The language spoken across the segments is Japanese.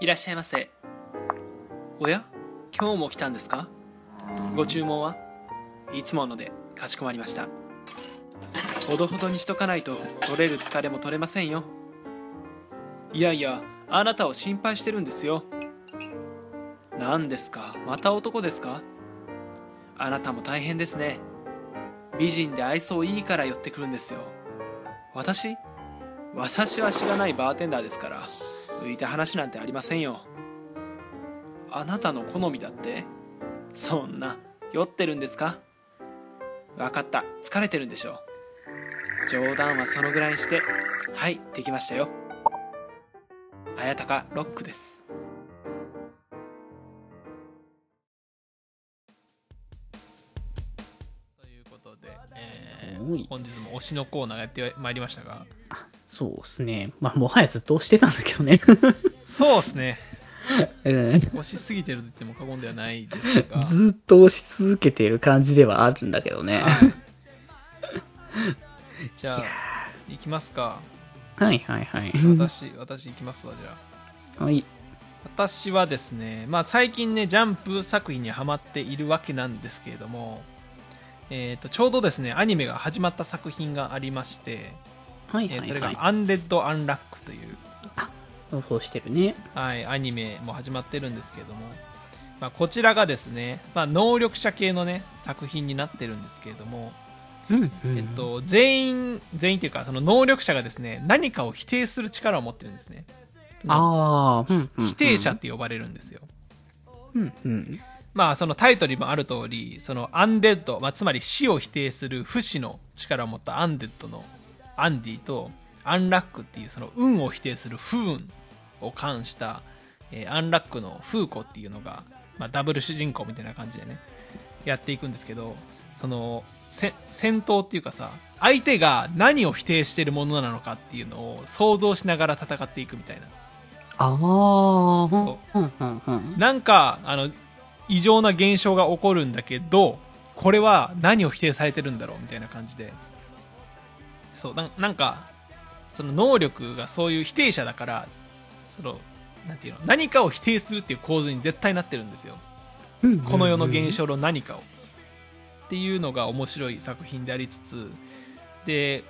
いらっしゃいませ。おや今日も来たんですかご注文はいつものでかしこまりました。ほどほどにしとかないと取れる疲れも取れませんよ。いやいや、あなたを心配してるんですよ。何ですかまた男ですかあなたも大変ですね。美人で愛想いいから寄ってくるんですよ。私私は知らないバーテンダーですから浮いた話なんてありませんよあなたの好みだってそんな酔ってるんですか分かった疲れてるんでしょう冗談はそのぐらいにしてはいできましたよ綾鷹ロックですということで、えー本日も推しのコーナーやってまいりましたがそうですね。まあ、もはやずっと押してたんだけどね。 そうですねうん推しすぎてると言っても過言ではないですがずっと押し続けている感じではあるんだけどね。じゃあ行きますかはいはいはい。私私行きますわじゃあはい。私はですね、まあ、最近ね、ジャンプ作品にはまっているわけなんですけれども、えー、とちょうどですね、アニメが始まった作品がありまして、はいえーはいそれはいが。アンデッド・アンラックという、そうそうしてるね。はい、アニメも始まってるんですけれども、まあ、こちらがですね、まあ、能力者系のね、作品になってるんですけれども、うん、うん。えっ、と、全員、全員というか、その能力者がですね、何かを否定する力を持ってるんですね。ああ、うん、うん。否定者っ。て呼ばれるんですよ。うん、うん。まあ、そのタイトルにもある通り、そのアンデッド、まあ、つまり死を否定する不死の力を持ったアンデッドのアンディと、アンラックっていうその運を否定する不運を冠した、えーアンラックのフーコっていうのが、まあ、ダブル主人公みたいな感じでね、やっていくんですけど、その、せ戦闘っていうかさ、相手が何を否定してるものなのかっていうのを想像しながら戦っていくみたいな。ああ、そうん、うん、うん。なんか、あの、異常な現象が起こるんだけど、これは何を否定されてるんだろうみたいな感じで。そう、なんなんか、その能力がそういう否定者だから、その、なんていうの、何かを否定するっていう構図に絶対なってるんですよ。うんこの世の象現象の何かを。っていうのが面白い作品でありつつ、で、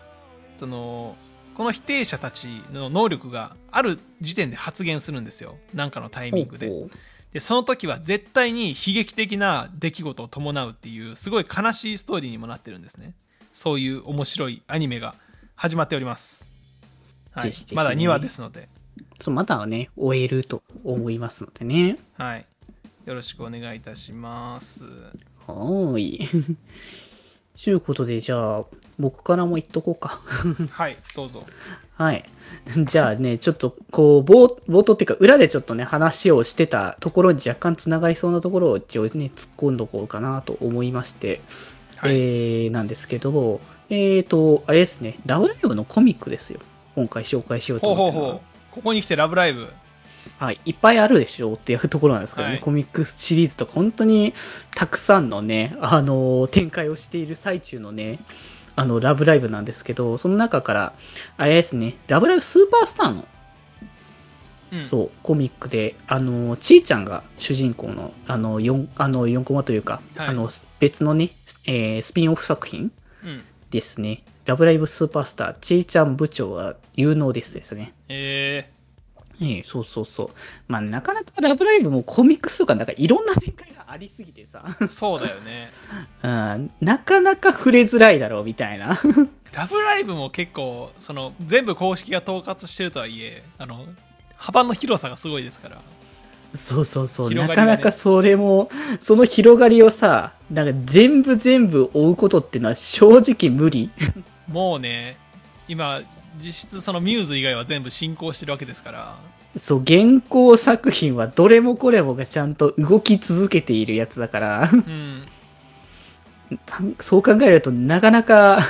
その、この否定者たちの能力がある時点で発言するんですよ。なんかのタイミングで。でその時は絶対に悲劇的な出来事を伴うっていうすごい悲しいストーリーにもなってるんですねそういう面白いアニメが始まっております、はいぜひぜひねまだ2話ですので、そう、まだはね、終えると思いますのでね。はい、よろしくお願いいたしますはーい。 ということで、じゃあ、僕からも言っとこうか。はいどうぞはい。 じゃあね、ちょっと、こう、冒冒頭っていうか、裏でちょっとね、話をしてたところに若干つながりそうなところを一応ね、突っ込んどこうかなと思いまして、はい、えー、なんですけども、えーと、あれですね、ラブライブのコミックですよ。今回紹介しようとほう思ほうってるのはほうここに来て「ラブライブはい、いっぱいあるでしょっていうところなんですけどね、はいコミックシリーズとか本当にたくさんのね、あのー展開をしている最中のね、あの、ラブライブなんですけど、その中から、あれですね、ラブライブスーパースターの、うんそう、コミックで、あのー、ちーちゃんが主人公の、あの、4、あの、4コマというか、はいあの、別のね、えースピンオフ作品うんですね、ラブライブスーパースター、ちーちゃん部長は有能ですですね。えええ、そうそうそう。まあ、なかなかラブライブもコミックスとか、なんかいろんな展開がありすぎてさ、 ー、そうだよね うん、なかなか触れづらいだろうみたいな。 「ラブライブ!」も結構その全部公式が統括してるとはいえあの幅の広さがすごいですからそうそうそう、広ながりかがねなかそれも、その広がりをさ、なんか全部全部追うことってのは正直無理。もうね、今、実質そのミューズ以外は全部進行してるわけですから、そう、原稿作品はどれもこれもがちゃんと動き続けているやつだから、 うん、そう考えるとなかなか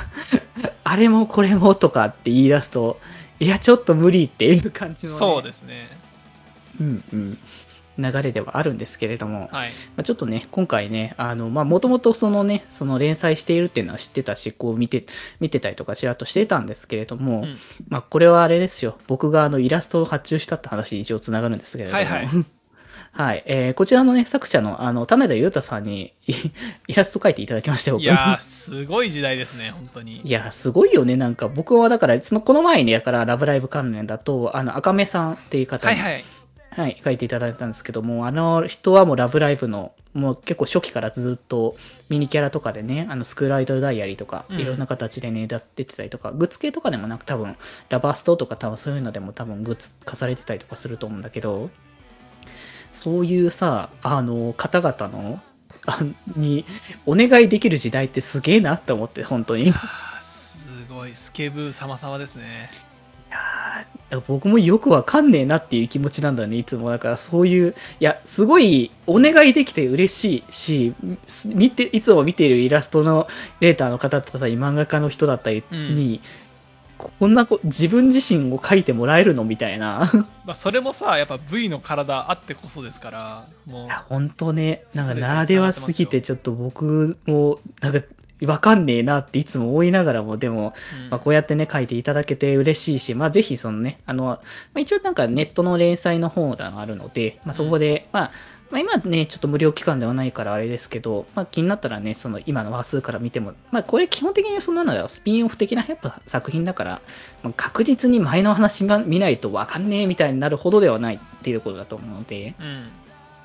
あれもこれもとかって言い出すと、いや、ちょっと無理っていう感じの、ね。そうですね。うんうん。流れではあるんですけれども、はい。まあ、ちょっとね、今回ね、あの、まあ、もともとそのね、その連載しているっていうのは知ってたし、こう見て、見てたりとかちらっとしてたんですけれども、うんまあ、これはあれですよ、僕があの、イラストを発注したって話に一応つながるんですけれども、はいはい はいえーこちらのね、作者の、あの、種田裕太さんにい イラスト描いていただきましたよ、僕いやー、すごい時代ですね、本当に。 いや、すごいよね。なんか、僕はだから、その、この前に、だから、ラブライブ関連だと、あの、赤目さんっていう方はに、いはい。はい、書いていただいたんですけども、あの人はもうラブライブの、もう結構初期からずっとミニキャラとかでね、あのスクールアイドルダイアリーとか、うんいろんな形でね、だ出てたりとか、グッズ系とかでもなんか多分、ラバーストとか多分そういうのでも多分グッズ化されてたりとかすると思うんだけど、そういうさ、あの、方々の、あに、お願いできる時代ってすげえなって思って、本当に。あーすごい、スケブー様々ですね。僕もよくわかんねえなっていう気持ちなんだね、いつも。だからそういう、いや、すごいお願いできて嬉しいし、す見て、いつも見ているイラストのレーターの方だったり、漫画家の人だったりに、こんなこ自分自身を描いてもらえるのみたいな。まあ、それもさ、やっぱ V の体あってこそですから、もういや、本当ね、なん全かてならではすぎて、ちょっと僕も、なんか、わかんねえなっていつも思いながらも、でも、うんまあ、こうやってね、書いていただけて嬉しいし、まあ、ぜひそのね、あの、まあ、一応なんかネットの連載の方があるので、まあ、そこで、まあ、まあ、今ね、ちょっと無料期間ではないからあれですけど、まあ、気になったらね、その今の話数から見ても、まあ、これ基本的にそんなのはスピンオフ的なやっぱ作品だから、まあ、確実に前の話が見ないとわかんねえみたいになるほどではないっていうことだと思うので、うん。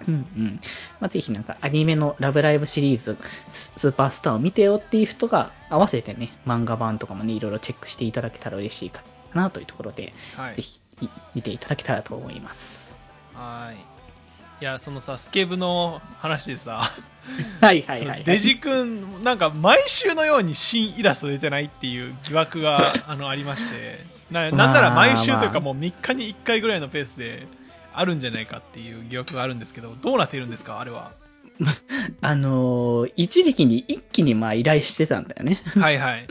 うんうん。まあ、ぜひなんかアニメのラブライブシリーズ、ススーパースターを見てよっていう人が合わせてね、漫画版とかもね、いろいろチェックしていただけたら嬉しいかなというところで、はいぜ。ひい見ていただけたらと思います。はい。いや、そのさ、スケブの話でさ、はいはいはい、そのデジ君、なんか毎週のように新イラスト出てないっていう疑惑 があのありまして、ななんなら毎週というまあかもう3日に1回ぐらいのペースであるんじゃないかっていう疑惑があるんですけど、どうなっているんですか、あれ は。あのー一時期に一気にまあ依頼してたんだよね。はいはい。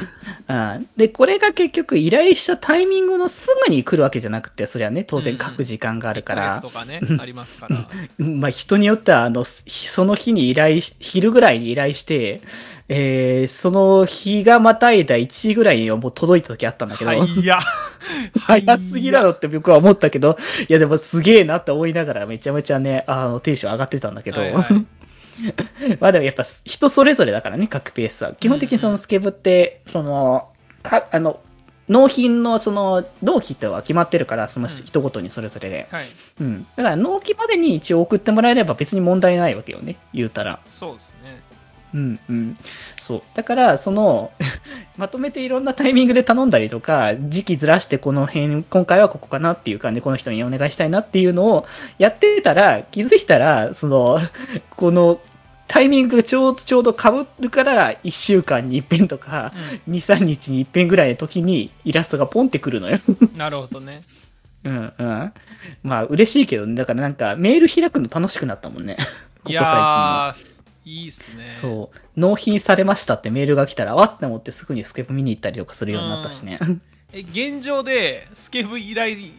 あーで、これが結局依頼したタイミングのすぐに来るわけじゃなくて、それはね、当う然んうん書く時間がある1かヶら月、とかね、ありますから。まあ、人によっては、あの、ひその日に依頼し、昼ぐらいに依頼して、えー、その日がまたいだ1時ぐらいにはもう届いた時あったんだけど、はいいや。 早すぎだろって僕は思ったけど、いやでもすげえなって思いながらめちゃめちゃね、あの、テンション上がってたんだけど、はいはい まあでもやっぱ人それぞれだからね、各ペースは。基本的にそのスケブって、その、か、あの、納品のその、納期っては決まってるから、その人ごとにそれぞれで。はい。うん。だから納期までに一応送ってもらえれば別に問題ないわけよね、言うたら。そうですね。うんうん。そう。だから、その、 まとめていろんなタイミングで頼んだりとか、時期ずらしてこの辺、今回はここかなっていう感じで、この人にお願いしたいなっていうのをやってたら、気づいたら、その、 この、タイミングがちょうど、ちょうど被るから、1週間に一遍とか、2、3日に一遍ぐらいの時にイラストがポンってくるのよ。うんなるほどね。うんうん。まあ、嬉しいけどね。だからなんか、メール開くの楽しくなったもんね。ここ い最近。やー、いいっすね。そう。納品されましたってメールが来たら、わって思ってすぐにスケープ見に行ったりとかするようになったしね。え現状でスケブ依頼イ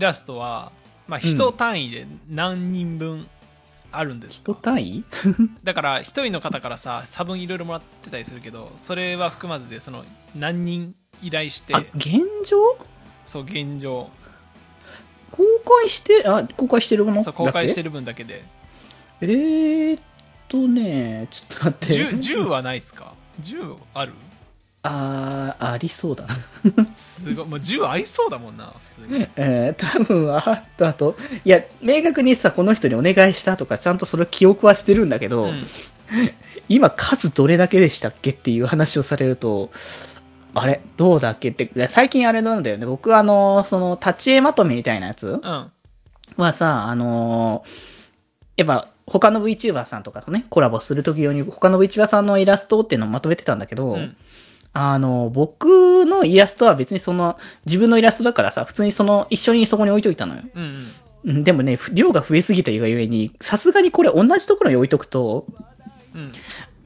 ラストは、まあ、人単位で何人分あるんですか、人単位だから一人の方からさ差分いろいろもらってたりするけどそれは含まずでその何人依頼してあ、現状そう現状公開して、あ、公開してるものそう公開してる。る分だけでえーっとね、ちょっと待って。 10, 10はないですか10あるあー、ありそうだな。すごいもう10ありそうだもんな普通にえー、多分あったと。いや、明確にさ、この人にお願いしたとか、ちゃんとその記憶はしてるんだけど、うん今数どれだけでしたっけっていう話をされると、あれどうだっけって、最近あれなんだよね。僕はあの、その、立ち絵まとめみたいなやつうんはさ、あの、やっぱ他の VTuber さんとかとね、コラボするとき用に他の VTuber さんのイラストっていうのをまとめてたんだけど、うんあの、僕のイラストは別にその、自分のイラストだからさ、普通にその、一緒にそこに置いといたのよ。うんうんうんでもね、量が増えすぎたがゆえに、さすがにこれ同じところに置いとくと、うん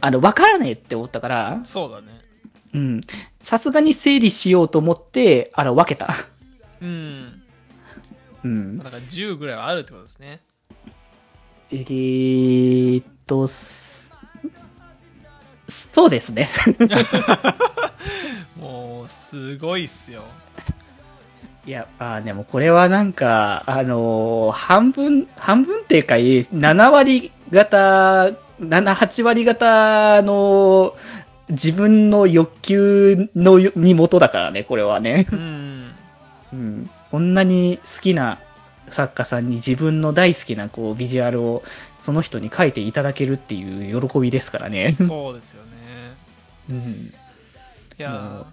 あの、わからねえって思ったから、そうだねうん。さすがに整理しようと思って、あら、分けた。うんうんだ。から10ぐらいはあるってことですねえーっと、すそうですね。もうすごいっすよいや、あーでもこれはなんか、あのー半分、半分っていうか、いい7割方、7、8割方の自分の欲求のよに元だからね、これはね。うんうん、こんなに好きな作家さんに自分の大好きなこうビジュアルをその人に書いていただけるっていう喜びですからね。そうですよねうん、いや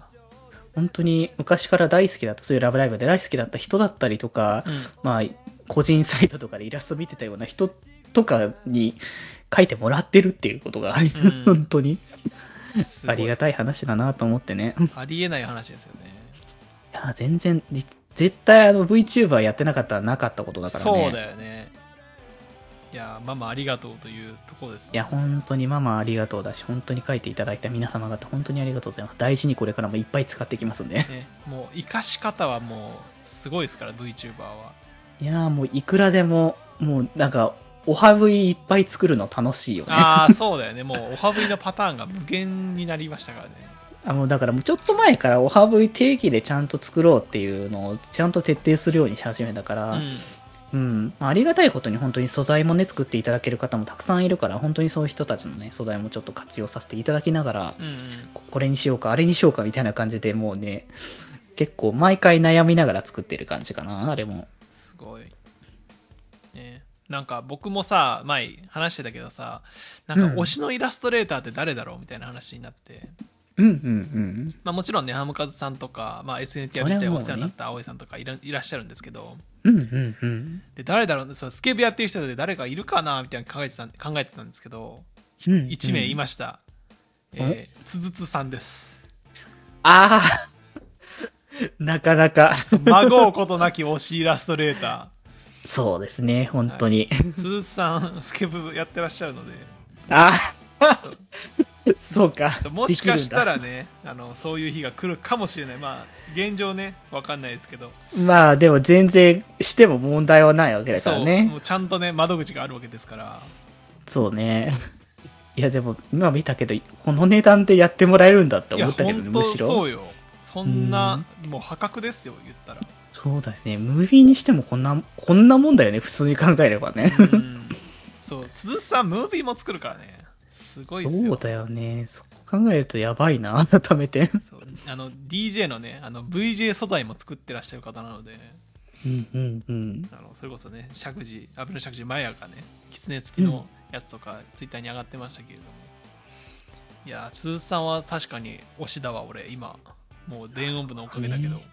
本当に昔から大好きだった、そういうラブライブで大好きだった人だったりとか、ー、うんまあ、個人サイトとかでイラスト見てたような人とかに書いてもらってるっていうことが、ん 本当にすごあいりがたい話だなと思ってね。いありえない話ですよねや、全然、じ絶対あの VTuber やってなかったらなかったことだからね。そうだよねいやーママありがとうというところですねいや、本当にママありがとうだし、本当に書いていただいた皆様方、本当にありがとうございます。大事にこれからもいっぱい使っていきますんで。ねもう生かし方はもうすごいですから VTuber はいやーもういくらでも、もうなんか、おはぶいいっぱい作るの楽しいよね。あああそうだよねもうおはぶりのパターンが無限になりましたからねもうだからもうちょっと前からおはぶい定期でちゃんと作ろうっていうのをちゃんと徹底するようにし始めたから、うん。まあありがたいことに本当に素材もね、作っていただける方もたくさんいるから、本当にそういう人たちのね、素材もちょっと活用させていただきながら、うんうんここれにしようか、あれにしようかみたいな感じでもうね、結構毎回悩みながら作ってる感じかな、あれも。すごい。ね、なんか僕もさ、前話してたけどさ、なんかうん推しのイラストレーターって誰だろうみたいな話になって、うんうんうん。まあもちろんね、ハムカズさんとか、まあ SNT や自体お世話になった葵さんとかいらいらっしゃるんですけど、うんうんうん。で、誰だろうそのスケベやってる人で誰かいるかなみたいなの考えてた、考えてたんですけど、うんうん1名いました。えー、つづつさんです。ああ なかなか、そう孫うことなき推しイラストレータそうですね、本当に。ー。つづつさん、スケブやってらっしゃるの で、あそうあそうかそう。もしかしたでらねあのそういう日が来るかもしれないまあ現状ねわかんないですけどきるんだまあでも全然しても問題はないわけだかそらうねも。うちゃんとね窓口があるわけですからそうね。いやでも今見たけど、この値段でやってもらえるんだってい思やったけどね、本む当しろ。そうよそんなもう破格ですよ言ったらそうだよね。ムービーにしてもこんな、こんなもんだよね。普通に考えればね。うんそう鈴さんムービーも作るからねすごいっす そうよだよね。そこ考えるとやばいな、 改めて。そうあの DJ のねあの VJ 素材も作ってらっしゃる方なのでうんうんうん。あのそれこそね釈時安倍の釈時マヤがね狐付きのやつとかツイッターに上がってましたけれども、いやー鈴さんは確かに推しだわ俺今もう電音部のおかげだけど、ね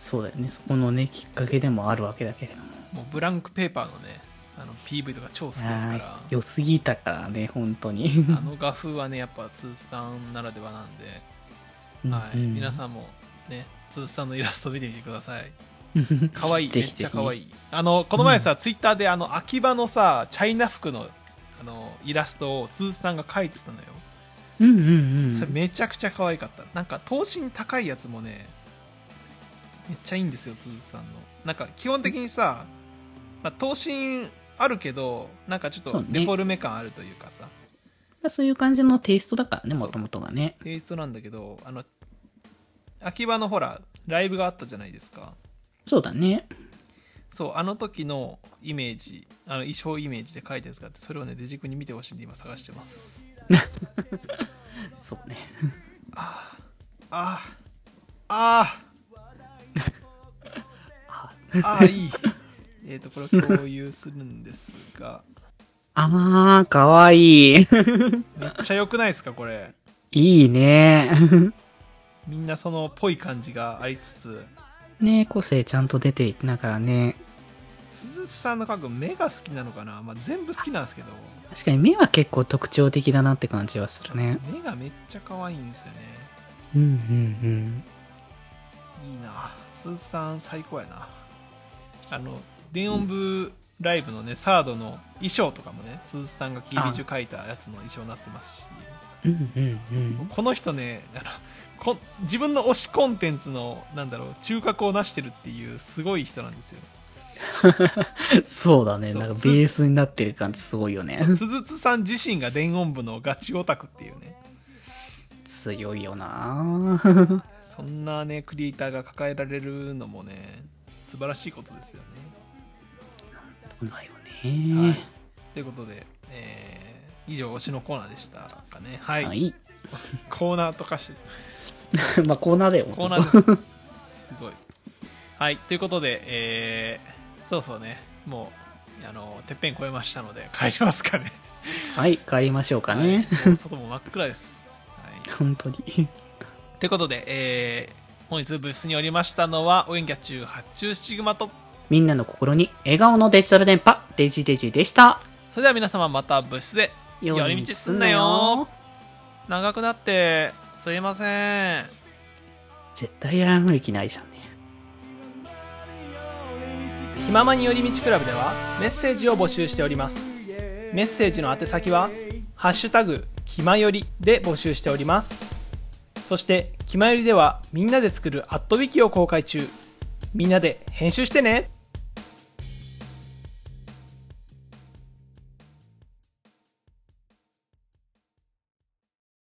そうだよね。そこのね、きっかけでもあるわけだけれども。もうブランクペーパーのねあの PV とか超好きですからあー良すぎたからね、本当に。あの画風はねやっぱ鈴さんならではなんで、はい皆ん。さんもね鈴さんのイラスト見てみてくださいうん可愛いぜひぜひめっちゃ可愛いあのこの前さ、ツイッターであの秋葉のさチャイナ服のあのイラストを鈴さんが描いてたのようんうんう ん。それめちゃくちゃ可愛かったなんか頭身高いやつもねめっちゃいいんですよ鈴さんのなんか基本的にさ、まあ、頭身あるけどなんかちょっそとうねデフォルメ感あるというかさそういう感じのテイストだからね、そもうともとがね。テイストなんだけどあの秋葉のほらライブがあったじゃないですかそうだね。そうあの時のイメージあの衣装イメージで書いたやつがあってそれをねデジ君に見てほしいんで今探してますそうね。ああああああいい えっ、とこれを共有するんですがあー、かわい い。めっちゃ良くないですかこれいいね。 みんなそのっぽい感じがありつつね個性ちゃんと出ていきながらね。鈴木さんの描く目が好きなのかな、まあ、全部好きなんですけど確かに目は結構特徴的だなって感じはするね。目がめっちゃ可愛いんですよねうんうんうん。いいな鈴木さん最高やなあの電音部ライブのね、サードの衣装とかもね鈴木さんがキービジュ描いたやつの衣装になってますしうんうんうん。この人ねあのこ自分の推しコンテンツのなんだろう中核を成してるっていうすごい人なんですよ そうだね。そうなんかベースになってる感じすごいよね。鈴津さん自身が伝言部のガチオタクっていうね強いよなそんなねクリエイターが抱えられるのもね素晴らしいことですよねうまいよね。はいということで、えー以上推しのコーナーでしたかねはい、はい。 コーナーとかしまあコーナーだよ。コーナーですすごいはいということで、えーそうそうねもうあのてっぺん越えましたので 帰りますかねはい、帰りましょうかね。はいもう外も真っ暗です、はい、本当に。ということで、えー本日ブースにおりましたのは、オインギャ中発注シグマと、みんなの心に笑顔のデジタル電波、デジデジでした。それでは皆様またブースで、寄り道すんなよ。長くなって、すいません。絶対やる気ないじゃんね。ひままに寄り道クラブではメッセージを募集しておりますメッセージの宛先は「ハッシュタグひまより」で募集しておりますそして「ひまより」ではみんなで作る「アットウィキを公開中みんなで編集してね